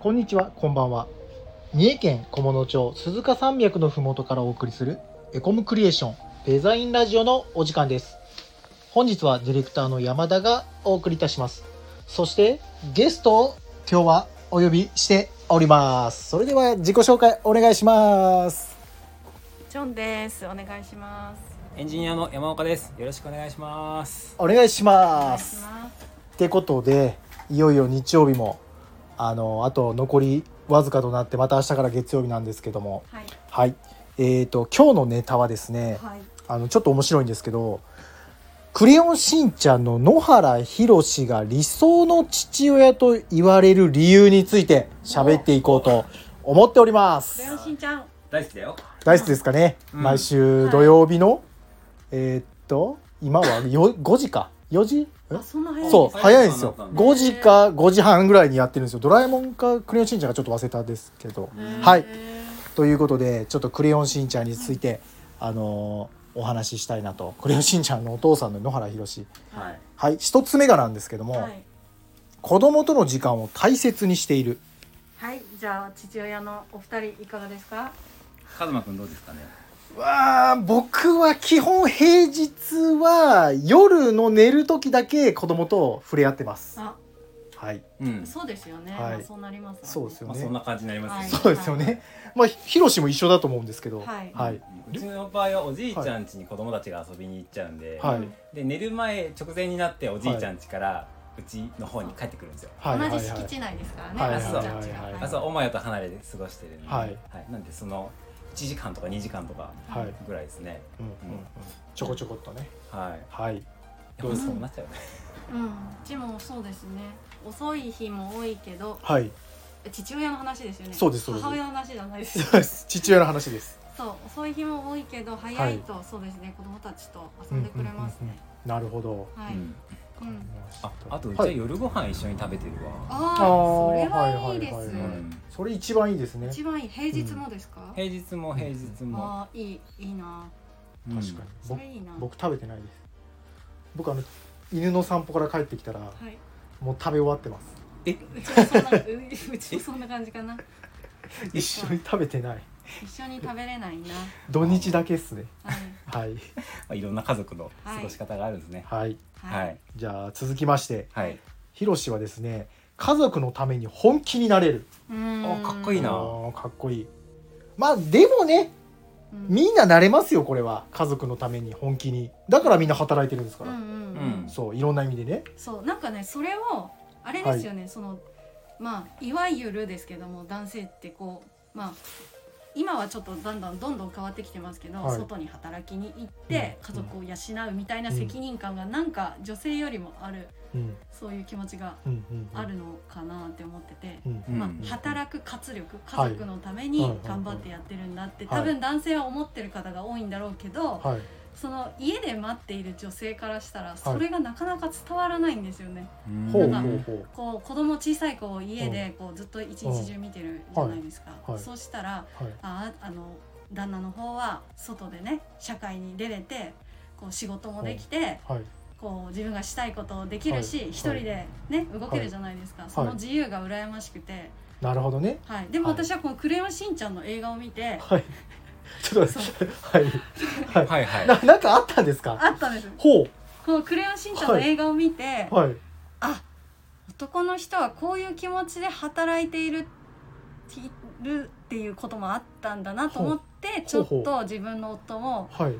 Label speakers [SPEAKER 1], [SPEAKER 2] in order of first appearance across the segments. [SPEAKER 1] こんにちは、こんばんは。三重県菰野町鈴鹿山脈のふもとからお送りするエコムクリエーションデザインラジオのお時間です。本日はディレクターの山田がお送りいたします。そしてゲストを今日はお呼びしております。それでは自己紹介お願いします。
[SPEAKER 2] ジョンです。お願いします。
[SPEAKER 3] エンジニアの山岡です。よろしくお願いします。
[SPEAKER 1] お願いし
[SPEAKER 2] お願
[SPEAKER 1] ま
[SPEAKER 2] いし
[SPEAKER 1] す。
[SPEAKER 2] ます。
[SPEAKER 1] ってことでいよいよ日曜日もあのあと残りわずかとなってまた明日から月曜日なんですけども
[SPEAKER 2] はい。
[SPEAKER 1] はいえー、と今日のネタはですね
[SPEAKER 2] はい。
[SPEAKER 1] あのちょっと面白いんですけど「クレヨンしんちゃん」の野原ひろしが理想の父親と言われる理由について喋っていこうと思っておりま
[SPEAKER 2] ク
[SPEAKER 1] す
[SPEAKER 2] レヨンしんちゃん。
[SPEAKER 3] 大好きだよ。
[SPEAKER 1] 大好きですかね、
[SPEAKER 3] うん
[SPEAKER 1] 毎週土曜日の、えーっと今はよ5時か4時え
[SPEAKER 2] あ、そんな早いんです
[SPEAKER 1] そう
[SPEAKER 2] か
[SPEAKER 1] 早いんですよ
[SPEAKER 3] 早い
[SPEAKER 1] 5時か5時半ぐらいにやってるんですよ「ドラえもん」か「クレヨンしんちゃん」がちょっと忘れたんですけど
[SPEAKER 2] へー
[SPEAKER 1] はいということでちょっと「クレヨンしんちゃん」についてあのーお話ししたいなと「クレヨンしんちゃん」のお父さんの野原ひろし
[SPEAKER 2] は
[SPEAKER 3] はいい。
[SPEAKER 1] はい一つ目がなんですけども、
[SPEAKER 2] はい。
[SPEAKER 1] 子供との時間を大切にしている
[SPEAKER 2] はい。じゃあ父親のお二人いかがですか。
[SPEAKER 3] カズマくんどうですかね。
[SPEAKER 1] わあ僕は基本平日は夜の寝る時だけ子供と触れ合ってます
[SPEAKER 2] あ、
[SPEAKER 1] はい
[SPEAKER 3] うん。
[SPEAKER 2] そうですよね。
[SPEAKER 1] はい
[SPEAKER 2] まあそうなります、ね。
[SPEAKER 1] そうですよ
[SPEAKER 3] まあ
[SPEAKER 1] ね
[SPEAKER 3] そんな感じになりま
[SPEAKER 2] は
[SPEAKER 3] すね。
[SPEAKER 2] い
[SPEAKER 1] そうですよねまあひひろしも一緒だと思うんですけど
[SPEAKER 2] はい
[SPEAKER 1] はい、
[SPEAKER 3] うちの場合はおじいちゃん家に子供たちが遊びに行っちゃうんで、
[SPEAKER 1] はい
[SPEAKER 3] で寝る前直前になっておじいちゃん家からうちの方に帰ってくるんですよ。
[SPEAKER 1] はいはい
[SPEAKER 2] 同
[SPEAKER 1] はい
[SPEAKER 2] じ敷地内ですからね。
[SPEAKER 1] はい
[SPEAKER 3] はい
[SPEAKER 2] おじいちゃんちが
[SPEAKER 1] はいはいはい
[SPEAKER 3] 朝おまやと離れで過ごしてるんで、
[SPEAKER 1] はい
[SPEAKER 3] なんでその1時間とか2時間とか
[SPEAKER 1] はい
[SPEAKER 3] ぐらいですね。
[SPEAKER 1] うんうんうんちょこちょこっとね
[SPEAKER 3] はい。
[SPEAKER 1] はい
[SPEAKER 3] やっぱそうなっちゃうね。
[SPEAKER 2] うん。うちもそうですね。遅い日も多いけど、
[SPEAKER 1] はい
[SPEAKER 2] 父親の話ですよね。
[SPEAKER 1] そうですそうです
[SPEAKER 2] 母親の話じゃないです。
[SPEAKER 1] そうです父親の話です
[SPEAKER 2] そう、遅い日も多いけど、早いと、そうですね。子供たちと遊んでくれますね。
[SPEAKER 1] なるほど
[SPEAKER 2] はい。
[SPEAKER 3] うん
[SPEAKER 2] うん。
[SPEAKER 3] あ、あとうち
[SPEAKER 1] は
[SPEAKER 3] はい夜ご飯一緒に食べてるわ。
[SPEAKER 2] ああ、
[SPEAKER 1] あー
[SPEAKER 2] それはいいです。
[SPEAKER 1] はいはいうは
[SPEAKER 3] ん
[SPEAKER 1] それ一番いいですね
[SPEAKER 2] 一番いい平日もですか？
[SPEAKER 3] 平日も平日も。
[SPEAKER 2] ああいいいいな。
[SPEAKER 3] うん
[SPEAKER 1] 確かに
[SPEAKER 2] そ
[SPEAKER 1] 僕
[SPEAKER 2] れいいな。
[SPEAKER 1] 僕食べてないです僕あの犬の散歩から帰ってきたら
[SPEAKER 2] はい。
[SPEAKER 1] もう食べ終わってます
[SPEAKER 2] うちもそんなう うちもそんな感じかな。
[SPEAKER 1] 一緒に食べてない
[SPEAKER 2] 一緒に食べれないな。
[SPEAKER 1] 土日だけっすね
[SPEAKER 2] はい
[SPEAKER 1] はい
[SPEAKER 3] まあ、いろんな家族の過ごし方があるんですね。
[SPEAKER 1] はい
[SPEAKER 3] は
[SPEAKER 2] はい
[SPEAKER 3] い。
[SPEAKER 1] じゃあ続きまして
[SPEAKER 3] はい。
[SPEAKER 1] ひろしはですね家族のために本気になれる
[SPEAKER 2] うーん。
[SPEAKER 3] あかっこいいな
[SPEAKER 1] あーかっこいいまあでもね
[SPEAKER 2] うん
[SPEAKER 1] みんななれますよこれは家族のために本気にだからみんな働いてるんですか
[SPEAKER 2] うん
[SPEAKER 1] ら、
[SPEAKER 2] うん
[SPEAKER 3] う
[SPEAKER 2] うん。
[SPEAKER 3] ん。
[SPEAKER 1] そういろんな意味でね
[SPEAKER 2] そうなんかねそれをあれですよね、そのまあいわゆるですけども男性ってこうまあ今はちょっとだんだんどんどん変わってきてますけど、
[SPEAKER 1] はい
[SPEAKER 2] 外に働きに行って
[SPEAKER 1] う
[SPEAKER 2] 家
[SPEAKER 1] ん
[SPEAKER 2] 族を養うみたいな責任感がなんか女性よりもある
[SPEAKER 1] うん
[SPEAKER 2] そういう気持ちが
[SPEAKER 1] うんうんうん
[SPEAKER 2] あるのかなって思ってて、
[SPEAKER 1] うん
[SPEAKER 3] うん
[SPEAKER 2] ま
[SPEAKER 3] うん
[SPEAKER 2] あ、働く活力
[SPEAKER 1] はい
[SPEAKER 2] 家族のため
[SPEAKER 1] はい
[SPEAKER 2] に
[SPEAKER 1] はい
[SPEAKER 2] 頑張ってやってるんだって
[SPEAKER 1] はい
[SPEAKER 2] 多分男性は思ってる方が多いんだろうけど
[SPEAKER 1] はい
[SPEAKER 2] その家で待っている女性からしたらそれがなかなか伝わらないんですよね。
[SPEAKER 3] うん
[SPEAKER 1] ほう
[SPEAKER 2] な
[SPEAKER 1] ほ
[SPEAKER 2] んか
[SPEAKER 1] うほ
[SPEAKER 2] こう子供小さい子を家でこうずっと一日中見てるじゃないですか、
[SPEAKER 1] うんはい
[SPEAKER 2] そうしたら
[SPEAKER 1] うはい
[SPEAKER 2] ああの旦那の方は外でね社会に出れてこう仕事もできて、
[SPEAKER 1] はい
[SPEAKER 2] こう自分がしたいことできるし、
[SPEAKER 1] はい
[SPEAKER 2] 一人でね動けるじゃないですか、その自由が羨ましくて、
[SPEAKER 1] なるほどね
[SPEAKER 2] はい、でも
[SPEAKER 1] はい
[SPEAKER 2] 私はこの「クレヨンしんちゃん」の映画を見て
[SPEAKER 1] はい ちょっと待ってはいはい
[SPEAKER 3] はいはい。
[SPEAKER 1] ななんかあったんですか
[SPEAKER 2] あったんです
[SPEAKER 1] ほう
[SPEAKER 2] この「クレヨンしんちゃん」の映画を見て、
[SPEAKER 1] はい
[SPEAKER 2] あ男の人はこういう気持ちで働いているいるっていうこともあったんだなと思ってち
[SPEAKER 1] ほう
[SPEAKER 2] ょ
[SPEAKER 1] ほう
[SPEAKER 2] っと自分の夫も
[SPEAKER 1] はい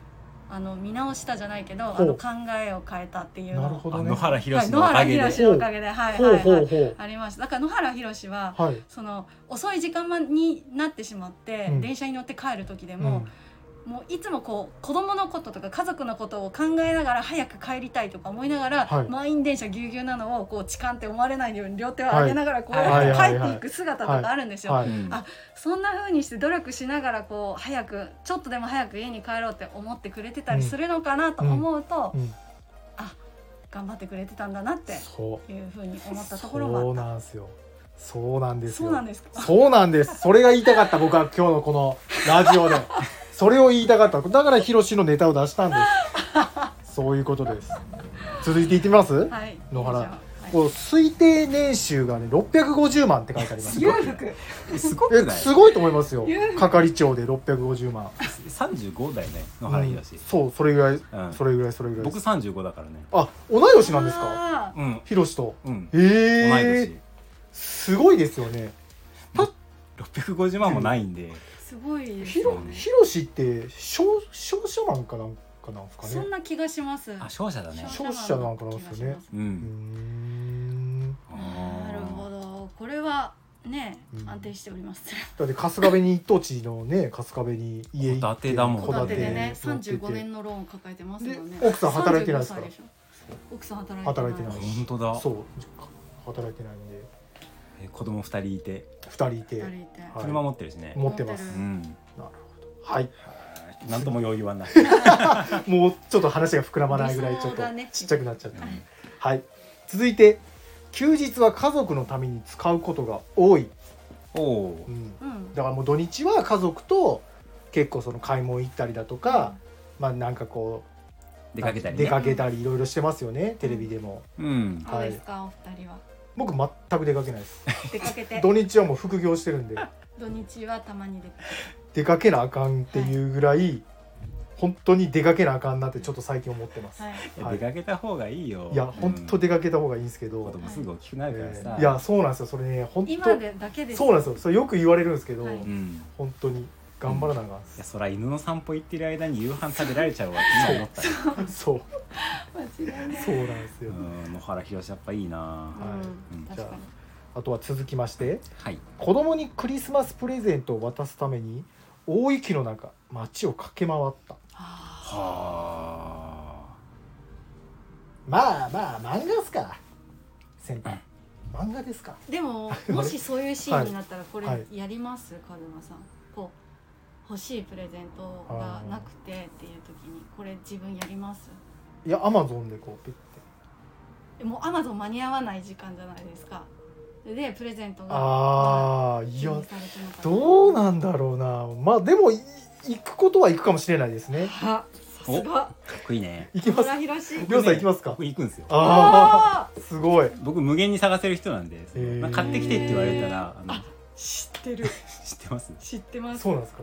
[SPEAKER 2] あの見直したじゃないけど
[SPEAKER 1] ほう
[SPEAKER 2] あの考えを変えたっていうの
[SPEAKER 1] なるほど
[SPEAKER 3] あ
[SPEAKER 1] ね
[SPEAKER 3] 野原ひろ
[SPEAKER 2] はい
[SPEAKER 3] し
[SPEAKER 2] 野
[SPEAKER 3] のお
[SPEAKER 2] 原
[SPEAKER 3] かげ
[SPEAKER 2] ひ
[SPEAKER 3] で。
[SPEAKER 2] ろしのおかげではい
[SPEAKER 1] ほ
[SPEAKER 2] は
[SPEAKER 1] う
[SPEAKER 2] い
[SPEAKER 1] ほ
[SPEAKER 2] は
[SPEAKER 1] う
[SPEAKER 2] い
[SPEAKER 1] ほ
[SPEAKER 2] ありましただから野原ひろしは
[SPEAKER 1] うはい
[SPEAKER 2] その遅い時間になってしまって、
[SPEAKER 1] うん
[SPEAKER 2] 電車に乗って帰る時で
[SPEAKER 1] う
[SPEAKER 2] も
[SPEAKER 1] ん、
[SPEAKER 2] もういつもこう子供のこととか家族のことを考えながら早く帰りたいとか思いながら、
[SPEAKER 1] はい
[SPEAKER 2] 満員電車ぎゅうぎゅうなのをこう痴漢って思われないように両手を上げながらこう
[SPEAKER 3] はい
[SPEAKER 2] やって
[SPEAKER 1] はい
[SPEAKER 2] 帰
[SPEAKER 1] はい
[SPEAKER 2] っていく姿とかあるんですよ。
[SPEAKER 1] はい
[SPEAKER 3] うん
[SPEAKER 2] あそんな風にして努力しながらこう早くちょっとでも早く家に帰ろうって思ってくれてたりするのかなと思うと、
[SPEAKER 1] うん
[SPEAKER 2] あ頑張ってくれてたんだなって
[SPEAKER 1] そう
[SPEAKER 2] いう風に思ったところ
[SPEAKER 1] そう
[SPEAKER 2] もあっ
[SPEAKER 1] なんですよそうなんで
[SPEAKER 2] た。
[SPEAKER 1] す
[SPEAKER 2] そ
[SPEAKER 1] よ
[SPEAKER 2] うなんですか。
[SPEAKER 1] そうなんです。それが言いたかった、僕は今日のこのラジオで。それを言いたかった。だから、ヒロシのネタを出したんです。そういうことです。続いていってみます
[SPEAKER 2] はい。
[SPEAKER 1] 野
[SPEAKER 2] 以
[SPEAKER 1] 原
[SPEAKER 2] 上はい
[SPEAKER 1] こう推定年収がね650万って書いてあります
[SPEAKER 3] すご
[SPEAKER 2] 裕
[SPEAKER 3] い
[SPEAKER 2] 福
[SPEAKER 3] すごく
[SPEAKER 1] え
[SPEAKER 3] ない
[SPEAKER 1] すごいと思いますよ
[SPEAKER 2] いや
[SPEAKER 1] 係長で650万
[SPEAKER 3] 35だよね野原
[SPEAKER 1] うん
[SPEAKER 3] 宏、
[SPEAKER 1] そうそれぐらい
[SPEAKER 3] うん
[SPEAKER 1] それぐらいそれぐらい
[SPEAKER 3] 僕
[SPEAKER 1] です
[SPEAKER 3] 35だからね
[SPEAKER 1] あ同い年なんですか
[SPEAKER 2] あー
[SPEAKER 3] うん
[SPEAKER 1] ひろしと
[SPEAKER 3] うん
[SPEAKER 1] え
[SPEAKER 3] 同い
[SPEAKER 1] え
[SPEAKER 3] 年
[SPEAKER 1] すごいですよね
[SPEAKER 3] 650万もないんです
[SPEAKER 2] ごいです
[SPEAKER 1] ひろ
[SPEAKER 3] うん
[SPEAKER 1] ひろしって商商社マンかなんかなんですか
[SPEAKER 2] そん
[SPEAKER 1] ね
[SPEAKER 2] な気がします
[SPEAKER 3] あ勝者だね
[SPEAKER 1] 商社なんかなんですよね
[SPEAKER 3] う
[SPEAKER 1] うー
[SPEAKER 3] ん
[SPEAKER 1] ん
[SPEAKER 2] なるほ
[SPEAKER 3] ど
[SPEAKER 2] どこれはね
[SPEAKER 1] うん
[SPEAKER 2] 安定しております
[SPEAKER 1] だって春日部に一等地のね春日部に家行って
[SPEAKER 3] 戸建てだもん
[SPEAKER 2] 戸建てでね
[SPEAKER 1] 戸建て
[SPEAKER 2] 35年のローンを抱えてますよね
[SPEAKER 1] で奥さん働いてないですから
[SPEAKER 2] 35歳しょ奥さん働いてない
[SPEAKER 1] 働いてない
[SPEAKER 3] 本当だ
[SPEAKER 1] そう働いてないんで
[SPEAKER 3] え子供2人いて
[SPEAKER 1] 二人いて
[SPEAKER 2] 二人いて
[SPEAKER 1] はい
[SPEAKER 3] 車持ってるしね
[SPEAKER 1] 持ってます
[SPEAKER 2] 持って
[SPEAKER 3] う
[SPEAKER 2] る
[SPEAKER 3] ん
[SPEAKER 1] なるほどはい
[SPEAKER 3] なんとも余裕は ない
[SPEAKER 1] もうちょっと話が膨らまないぐらいちょっ
[SPEAKER 2] 理
[SPEAKER 1] と
[SPEAKER 2] 想がね
[SPEAKER 1] ちっちゃくなっちゃった
[SPEAKER 2] はい
[SPEAKER 1] はい続いて休日は家族のために使うことが多い、
[SPEAKER 3] おお
[SPEAKER 1] うん
[SPEAKER 2] うん
[SPEAKER 1] だからもう土日は家族と結構その買い物行ったりだとか、まあなんかこう
[SPEAKER 3] 出かけたり
[SPEAKER 1] 出
[SPEAKER 3] ね
[SPEAKER 1] かけたりいろいろしてますよねテレビでも
[SPEAKER 3] うん
[SPEAKER 2] どうですかお二 人は
[SPEAKER 1] 僕全く出かけないです
[SPEAKER 2] 出かけて
[SPEAKER 1] 土日はもう副業してるんで
[SPEAKER 2] 土日はたまに出かけて
[SPEAKER 1] 出かけなあかんっていうぐらい、本当に出かけなあかんなってちょっと最近思ってます、
[SPEAKER 2] はい
[SPEAKER 3] いや出かけた方がいいよ
[SPEAKER 1] い、や本当出
[SPEAKER 3] か
[SPEAKER 1] かけた方がいいんですけど、
[SPEAKER 3] 子供すぐ大きくなるから
[SPEAKER 1] え
[SPEAKER 3] さ
[SPEAKER 1] ーいやそうなんですよそれね本
[SPEAKER 2] 今
[SPEAKER 1] 当
[SPEAKER 2] でだけです
[SPEAKER 1] そうなんですよそれよく言われるんですけど、
[SPEAKER 2] はい
[SPEAKER 3] うん
[SPEAKER 1] 本当に頑張らなあかんです
[SPEAKER 3] いやそら犬の散歩行ってる間に夕飯食べられちゃうわって今思った よ
[SPEAKER 1] そう
[SPEAKER 2] 間違いない
[SPEAKER 1] そうなんですよ、
[SPEAKER 3] うん野原宏やっぱいいな
[SPEAKER 2] う
[SPEAKER 1] はい
[SPEAKER 2] ん
[SPEAKER 3] うん
[SPEAKER 2] 確かに
[SPEAKER 1] あとは続きまして
[SPEAKER 3] はい
[SPEAKER 1] 子供にクリスマスプレゼントを渡すために大雪の中街を駆け回った
[SPEAKER 2] あ
[SPEAKER 3] は
[SPEAKER 1] まあまあ漫画っすか先輩漫画ですか
[SPEAKER 2] ー でももしそういうシーンになったらこれ
[SPEAKER 1] はい
[SPEAKER 2] やりますカルマさんこう欲しいプレゼントがなくてっていう時にこれ自分やります
[SPEAKER 1] いやアマゾンでこうピッて
[SPEAKER 2] でもアマゾン間に合わない時間じゃないですかでプレゼントが
[SPEAKER 1] ああい
[SPEAKER 2] 準
[SPEAKER 1] や
[SPEAKER 2] 備されてなかった
[SPEAKER 1] どうなんだろうなまあでもい行くことは行くかもしれないですね
[SPEAKER 2] あさすが
[SPEAKER 3] あかっこいい ね
[SPEAKER 1] 行き
[SPEAKER 2] 野
[SPEAKER 1] ます
[SPEAKER 2] 村広し
[SPEAKER 1] りょうさん行きますか
[SPEAKER 3] 僕行くんですよ
[SPEAKER 1] あ
[SPEAKER 2] あ
[SPEAKER 1] あすごい
[SPEAKER 3] 僕無限に探せる人なんで
[SPEAKER 1] へー
[SPEAKER 3] まあ買ってきてって言われたらあの
[SPEAKER 2] あー知ってる
[SPEAKER 3] 知ってます
[SPEAKER 2] 知ってます
[SPEAKER 1] そうなんですか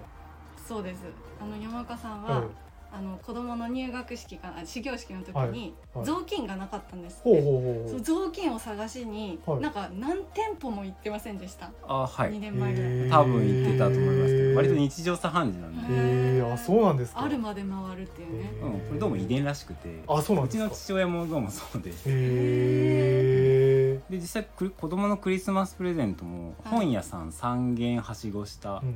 [SPEAKER 2] そうですあの山岡さんは、
[SPEAKER 1] はい
[SPEAKER 2] あの子供の入学式かな始業式の時に
[SPEAKER 1] はいはい
[SPEAKER 2] 雑巾がなかったんですって、
[SPEAKER 1] ほうほうほ
[SPEAKER 2] そうう雑巾を探しに、
[SPEAKER 1] はい
[SPEAKER 2] なんか何店舗も行ってませんでした、
[SPEAKER 3] あは
[SPEAKER 2] 2
[SPEAKER 3] い
[SPEAKER 2] 年前ぐらい、
[SPEAKER 1] へー
[SPEAKER 3] 多分行ってたと思いますけど割と日常茶飯事なんで
[SPEAKER 1] へえあそうなんですか
[SPEAKER 2] あるまで回るっていうね、
[SPEAKER 3] うん、これどうも遺伝らしくて
[SPEAKER 1] あそうなん
[SPEAKER 3] う
[SPEAKER 1] で
[SPEAKER 3] ち
[SPEAKER 1] すか
[SPEAKER 3] の父親もどうもそうでで
[SPEAKER 1] へえ
[SPEAKER 3] 実際く子供のクリスマスプレゼントも
[SPEAKER 2] はい
[SPEAKER 3] 本屋さん3軒はしごした
[SPEAKER 1] うんうんうんう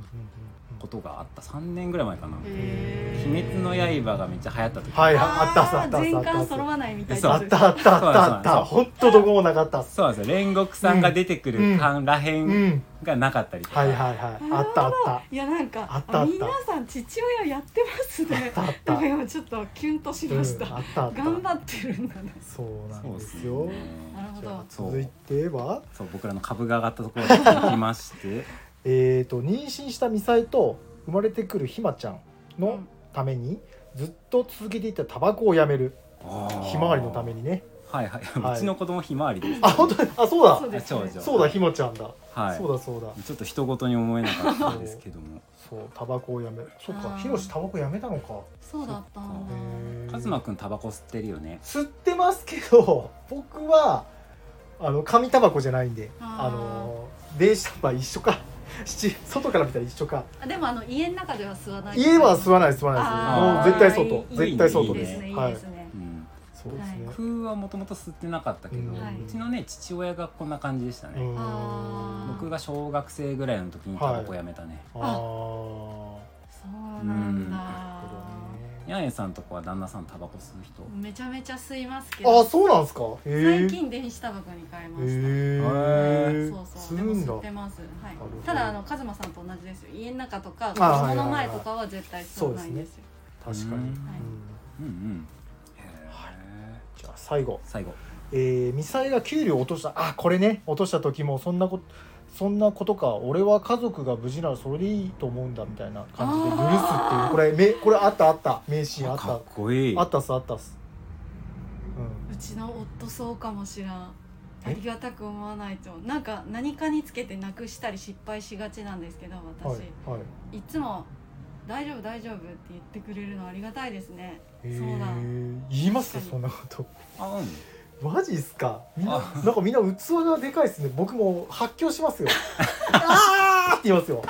[SPEAKER 3] こ
[SPEAKER 1] ん
[SPEAKER 3] とがあった3年ぐらい前かな「
[SPEAKER 2] へー
[SPEAKER 3] 鬼滅の刃」がめっちゃ流行った時
[SPEAKER 1] はいあったあったあ
[SPEAKER 2] あ
[SPEAKER 1] ったあ
[SPEAKER 2] ー
[SPEAKER 1] った
[SPEAKER 2] 全巻揃わないみたい
[SPEAKER 3] そう
[SPEAKER 1] あったあったあったあった
[SPEAKER 3] そ
[SPEAKER 1] 本当どこもなかったっす
[SPEAKER 3] そうなんですよ煉獄さんが出てくる間らへ
[SPEAKER 1] うんん
[SPEAKER 3] がなかったりとか、
[SPEAKER 1] はいはいはいあったあった
[SPEAKER 2] いやなんか
[SPEAKER 1] あったあった
[SPEAKER 2] 皆さん父親やってますね
[SPEAKER 1] あった
[SPEAKER 2] な
[SPEAKER 1] あっ
[SPEAKER 2] んか
[SPEAKER 1] た
[SPEAKER 2] 今ちょっとキュンとし
[SPEAKER 1] うんあ
[SPEAKER 2] まし
[SPEAKER 1] った
[SPEAKER 2] た、
[SPEAKER 1] あった
[SPEAKER 2] 頑張ってるんだね
[SPEAKER 1] そうな
[SPEAKER 3] そうんで
[SPEAKER 1] ですす
[SPEAKER 3] よ
[SPEAKER 1] よ
[SPEAKER 2] なるほ
[SPEAKER 1] じゃあ
[SPEAKER 2] ど
[SPEAKER 3] そう
[SPEAKER 1] 続いては
[SPEAKER 3] そう僕らの株が上がったところで聞きまして
[SPEAKER 1] えーと妊娠したミサイと生まれてくるひまちゃん
[SPEAKER 2] う
[SPEAKER 1] の
[SPEAKER 2] ん
[SPEAKER 1] ためにずっと続けていたタバコをやめる ひまわりのため
[SPEAKER 3] に
[SPEAKER 1] にね
[SPEAKER 3] はいはい、
[SPEAKER 1] はいう
[SPEAKER 3] ちの子供ひまわりです
[SPEAKER 1] あ本当にあそうだ
[SPEAKER 2] そうですね
[SPEAKER 3] あ長女
[SPEAKER 1] そうだひまちゃんだ
[SPEAKER 3] はい
[SPEAKER 1] そうだそうだ
[SPEAKER 3] ちょっと人ごとに思えなかったんですけども
[SPEAKER 1] そうタバコをやめそっ
[SPEAKER 2] あ
[SPEAKER 1] か
[SPEAKER 2] ー
[SPEAKER 1] ひろしタバコやめたのか
[SPEAKER 2] そうだったんだ
[SPEAKER 1] へー
[SPEAKER 3] カズマくんタバコ吸ってるよね
[SPEAKER 1] 吸ってますけど 僕はあの紙タバコじゃないんであ
[SPEAKER 2] あー
[SPEAKER 1] の電子は一緒か 七外から見たら一緒か
[SPEAKER 2] あでもあの家の中では吸わない
[SPEAKER 1] 家は吸わない吸わな
[SPEAKER 3] あ
[SPEAKER 1] い
[SPEAKER 3] ー
[SPEAKER 1] ですもう絶対外
[SPEAKER 2] いい
[SPEAKER 1] 絶対外
[SPEAKER 2] いい
[SPEAKER 1] で
[SPEAKER 2] ですすねいい
[SPEAKER 1] はい
[SPEAKER 2] ですね、
[SPEAKER 3] うん
[SPEAKER 1] そうですね、
[SPEAKER 3] 僕はもともと吸ってなかったけど、
[SPEAKER 1] うん
[SPEAKER 2] はいう
[SPEAKER 3] ちのね父親がこんな感じでしたね、
[SPEAKER 2] あー
[SPEAKER 3] 僕が小学生ぐらいの時にタバコやめたね、
[SPEAKER 1] ああ
[SPEAKER 2] そうなんだ、
[SPEAKER 1] ー
[SPEAKER 3] ヤンエさんとこは旦那さんタバコ吸う人、
[SPEAKER 2] めちゃめちゃ吸いますけ
[SPEAKER 1] あ
[SPEAKER 2] ど
[SPEAKER 1] そうなんですかへえ
[SPEAKER 2] 最近電子タバコに変えました、
[SPEAKER 1] へえ
[SPEAKER 2] そう
[SPEAKER 1] 吸
[SPEAKER 2] そうでも
[SPEAKER 1] うんだ
[SPEAKER 2] 吸ってます、はい
[SPEAKER 1] なるほど、
[SPEAKER 2] ただあのカズマさんと同じですよ家の中とか子
[SPEAKER 1] あは
[SPEAKER 2] 供の
[SPEAKER 1] いはいはい
[SPEAKER 2] 前とかは絶対吸わないですよ
[SPEAKER 1] 確かに、
[SPEAKER 3] うん
[SPEAKER 1] うん
[SPEAKER 3] うんうんへえ
[SPEAKER 1] じゃあ最後
[SPEAKER 3] 最後
[SPEAKER 1] えー、ミサイが給料落としたあこれね落とした時もそんなことそんなことか俺は家族が無事ならそれでいいと思うんだみたいな感じで許すっていう
[SPEAKER 2] あー
[SPEAKER 1] これ めこれあったあった名シーンあっ
[SPEAKER 3] かったこいい
[SPEAKER 1] あったっすあったっす、
[SPEAKER 2] うちの夫そうかもしらんありがたく思わないとなんか何かにつけてなくしたり失敗しがちなんですけど
[SPEAKER 1] はい
[SPEAKER 2] 私、
[SPEAKER 1] はい
[SPEAKER 2] い、つも「大丈夫大丈夫」って言ってくれるのありがたいですね
[SPEAKER 1] へー
[SPEAKER 2] そうだ
[SPEAKER 1] 言います
[SPEAKER 2] 確かに
[SPEAKER 1] そんなこと
[SPEAKER 3] あうん
[SPEAKER 1] マジっすかみんな
[SPEAKER 3] あ
[SPEAKER 1] なんかみんな器がでかいっすね僕もう発狂しますよあーって言いますよ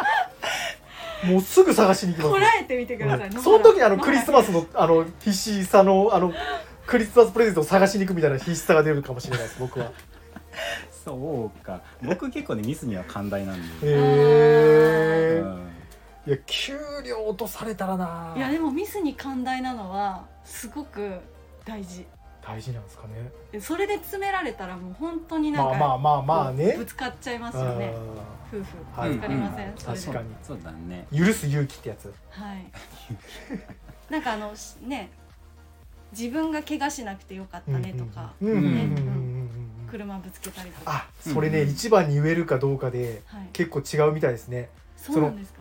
[SPEAKER 1] もうすぐ探しに行きます
[SPEAKER 2] こらえてみてください、
[SPEAKER 1] はいその時にあの
[SPEAKER 2] 野
[SPEAKER 1] ク
[SPEAKER 2] 原
[SPEAKER 1] リスマスのあの必死さのあのクリスマスプレゼントを探しに行くみたいな必死さが出るかもしれないです僕は
[SPEAKER 3] そうか僕結構ねミスには寛大なんで、
[SPEAKER 1] へ
[SPEAKER 3] うん
[SPEAKER 1] えいや給料落とされたらない
[SPEAKER 2] やでもミスに寛大なのはすごく大事
[SPEAKER 1] 大事なんですかね
[SPEAKER 2] それで詰められたらもう本当になん
[SPEAKER 1] ま
[SPEAKER 2] か、
[SPEAKER 1] あまあまあまあね
[SPEAKER 2] ぶつかっちゃいますよね夫婦
[SPEAKER 1] あー
[SPEAKER 2] ぶつかりません、
[SPEAKER 1] うん
[SPEAKER 2] それで
[SPEAKER 1] 確かに
[SPEAKER 3] そうだね
[SPEAKER 1] うん許す勇気ってやつ
[SPEAKER 2] はい。なんかあのしね、自分が怪我しなくてよかったねとか、
[SPEAKER 1] うんうんうんうんうんうんうんうん
[SPEAKER 2] 車ぶつけたりとか。
[SPEAKER 1] あそれね、
[SPEAKER 3] うん
[SPEAKER 1] 一番に言えるかどうかで
[SPEAKER 2] はい。
[SPEAKER 1] 結構違うみたいですね
[SPEAKER 2] そうなんですか。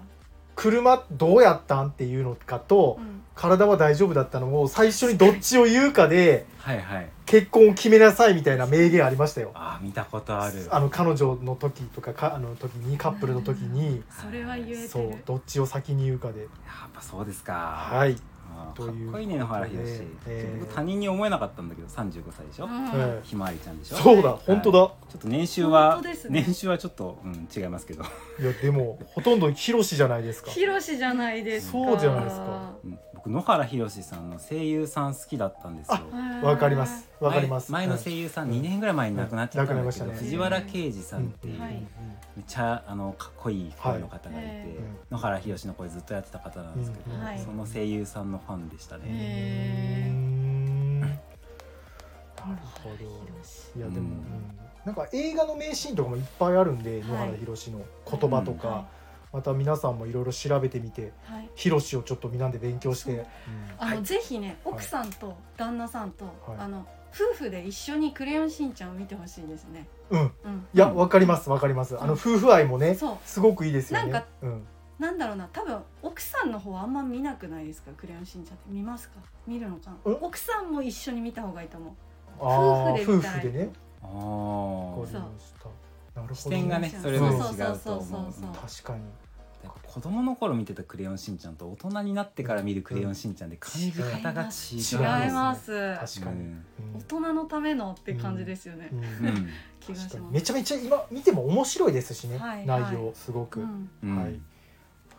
[SPEAKER 1] 車どうやったんっていうのかと
[SPEAKER 2] うん。
[SPEAKER 1] 体は大丈夫だったのを最初にどっちを言うかで
[SPEAKER 3] はいはい
[SPEAKER 1] 結婚を決めなさいみたいな名言ありましたよ
[SPEAKER 3] あー見たことある
[SPEAKER 1] あの彼女の時とかかあの時にカップルの時に
[SPEAKER 2] それは言えてる。
[SPEAKER 1] そうどっちを先に言うかで
[SPEAKER 3] やっぱそうですか
[SPEAKER 1] はい
[SPEAKER 3] あー
[SPEAKER 1] という
[SPEAKER 3] かっこいいね野原ひろし
[SPEAKER 1] えー
[SPEAKER 3] 僕他人に思えなかったんだけど35歳でしょ、
[SPEAKER 2] うん
[SPEAKER 1] え
[SPEAKER 3] ひまわりちゃんでしょ
[SPEAKER 1] そうだ本当だ、
[SPEAKER 3] ちょっと年収は、
[SPEAKER 2] 本当ですね
[SPEAKER 3] 年収はちょっと、うん、違いますけど、
[SPEAKER 1] い、やでもほとんどヒロシじゃないですか
[SPEAKER 2] ヒロシじゃないですか。
[SPEAKER 1] そうじゃないですか
[SPEAKER 3] うん僕野原ひろしさんの声優さん好きだったんですよ
[SPEAKER 2] はい。
[SPEAKER 1] わかりますわかります
[SPEAKER 3] 前前の声優さん、
[SPEAKER 1] うん
[SPEAKER 3] 2年ぐらい前に亡くなっちゃったんだけど、
[SPEAKER 1] 亡くなりましたね
[SPEAKER 3] 藤原啓治さんって
[SPEAKER 1] う
[SPEAKER 3] い
[SPEAKER 1] ん
[SPEAKER 3] う、
[SPEAKER 2] はい
[SPEAKER 3] めっちゃあのかっこいい声の方がいて、
[SPEAKER 2] はい
[SPEAKER 1] うん
[SPEAKER 3] 野原ひろしの声ずっとやってた方なんですけど、
[SPEAKER 1] うん
[SPEAKER 2] はい
[SPEAKER 3] その声優さんのファンでした
[SPEAKER 1] う
[SPEAKER 2] へ
[SPEAKER 3] ね、
[SPEAKER 1] ーんなるほど
[SPEAKER 2] ヒロシ
[SPEAKER 1] いやでも、
[SPEAKER 3] うん
[SPEAKER 1] うんなんか映画の名シーンとかもいっぱいあるんで、
[SPEAKER 2] い
[SPEAKER 1] 野原ひろしの言葉とか、
[SPEAKER 2] は
[SPEAKER 1] また皆さんもいろいろ調べてみて
[SPEAKER 2] いはい。
[SPEAKER 1] ひろしをちょっとみんなで勉強して、
[SPEAKER 2] そう
[SPEAKER 1] うん
[SPEAKER 2] あ
[SPEAKER 3] は
[SPEAKER 2] の
[SPEAKER 3] い
[SPEAKER 2] ぜひね、奥さんと旦那さんと
[SPEAKER 1] はい
[SPEAKER 2] あの夫婦で一緒にクレヨンしんちゃんを見てほしいですね。
[SPEAKER 1] うん
[SPEAKER 2] うん。
[SPEAKER 1] いやわかりますわかりますあの
[SPEAKER 2] うん
[SPEAKER 1] 夫婦愛もね
[SPEAKER 2] そう
[SPEAKER 1] すごくいいですよね
[SPEAKER 2] なんか
[SPEAKER 1] うん、
[SPEAKER 2] なんだろうな多分奥さんの方はあんま見なくないですか「クレヨンしんちゃん」って見ますか見るのかな
[SPEAKER 1] うん
[SPEAKER 2] 奥さんも一緒に見た方がいいと思う
[SPEAKER 1] あー
[SPEAKER 2] 夫婦で
[SPEAKER 1] 夫
[SPEAKER 2] 見たら
[SPEAKER 1] 婦でね
[SPEAKER 3] あ
[SPEAKER 1] わか
[SPEAKER 3] ー
[SPEAKER 1] りましたなるほど、
[SPEAKER 3] 視点がねそれぞれ違うと思う
[SPEAKER 2] そうそうそうそうそう
[SPEAKER 1] 確かに
[SPEAKER 3] やっぱ子供の頃見てた「クレヨンしんちゃん」と大人になってから見る「クレヨンしんちゃん」で感じ方が違う
[SPEAKER 1] 違い
[SPEAKER 2] 違
[SPEAKER 1] ま
[SPEAKER 2] いますす
[SPEAKER 1] 確かに、
[SPEAKER 2] 大人のためのって感じですよね、
[SPEAKER 1] うん
[SPEAKER 3] うんうん
[SPEAKER 2] 気が
[SPEAKER 1] 確
[SPEAKER 2] し
[SPEAKER 1] かに
[SPEAKER 2] ま
[SPEAKER 1] め
[SPEAKER 2] す
[SPEAKER 1] ちゃめちゃ今見ても面白いですしね、
[SPEAKER 2] はい
[SPEAKER 1] 内容すごく、
[SPEAKER 2] う
[SPEAKER 1] わ
[SPEAKER 2] ん
[SPEAKER 3] うん
[SPEAKER 1] はい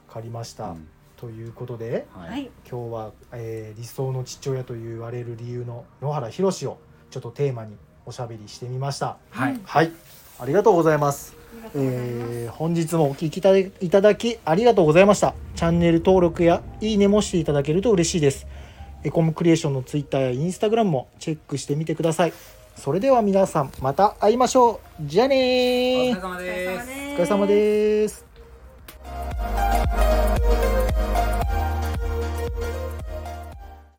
[SPEAKER 1] かりました、
[SPEAKER 3] うん
[SPEAKER 1] ということで
[SPEAKER 3] は
[SPEAKER 2] はいい
[SPEAKER 1] 今日は、えー理想の父親と言われる理由の野原ひろしをちょっとテーマにおしゃべりしてみました
[SPEAKER 3] はい
[SPEAKER 2] うん
[SPEAKER 1] はいありがとうございます
[SPEAKER 2] ありがとうございます、
[SPEAKER 1] えー本日もお聞きいただいただきありがとうございましたチャンネル登録やいいねもしていただけると嬉しいですエコムクリエーションのツイッターやインスタグラムもチェックしてみてくださいそれでは皆さんまた会いましょうじゃあね
[SPEAKER 3] お疲れ
[SPEAKER 1] ー
[SPEAKER 3] 様
[SPEAKER 2] お
[SPEAKER 3] です
[SPEAKER 1] お疲れ様です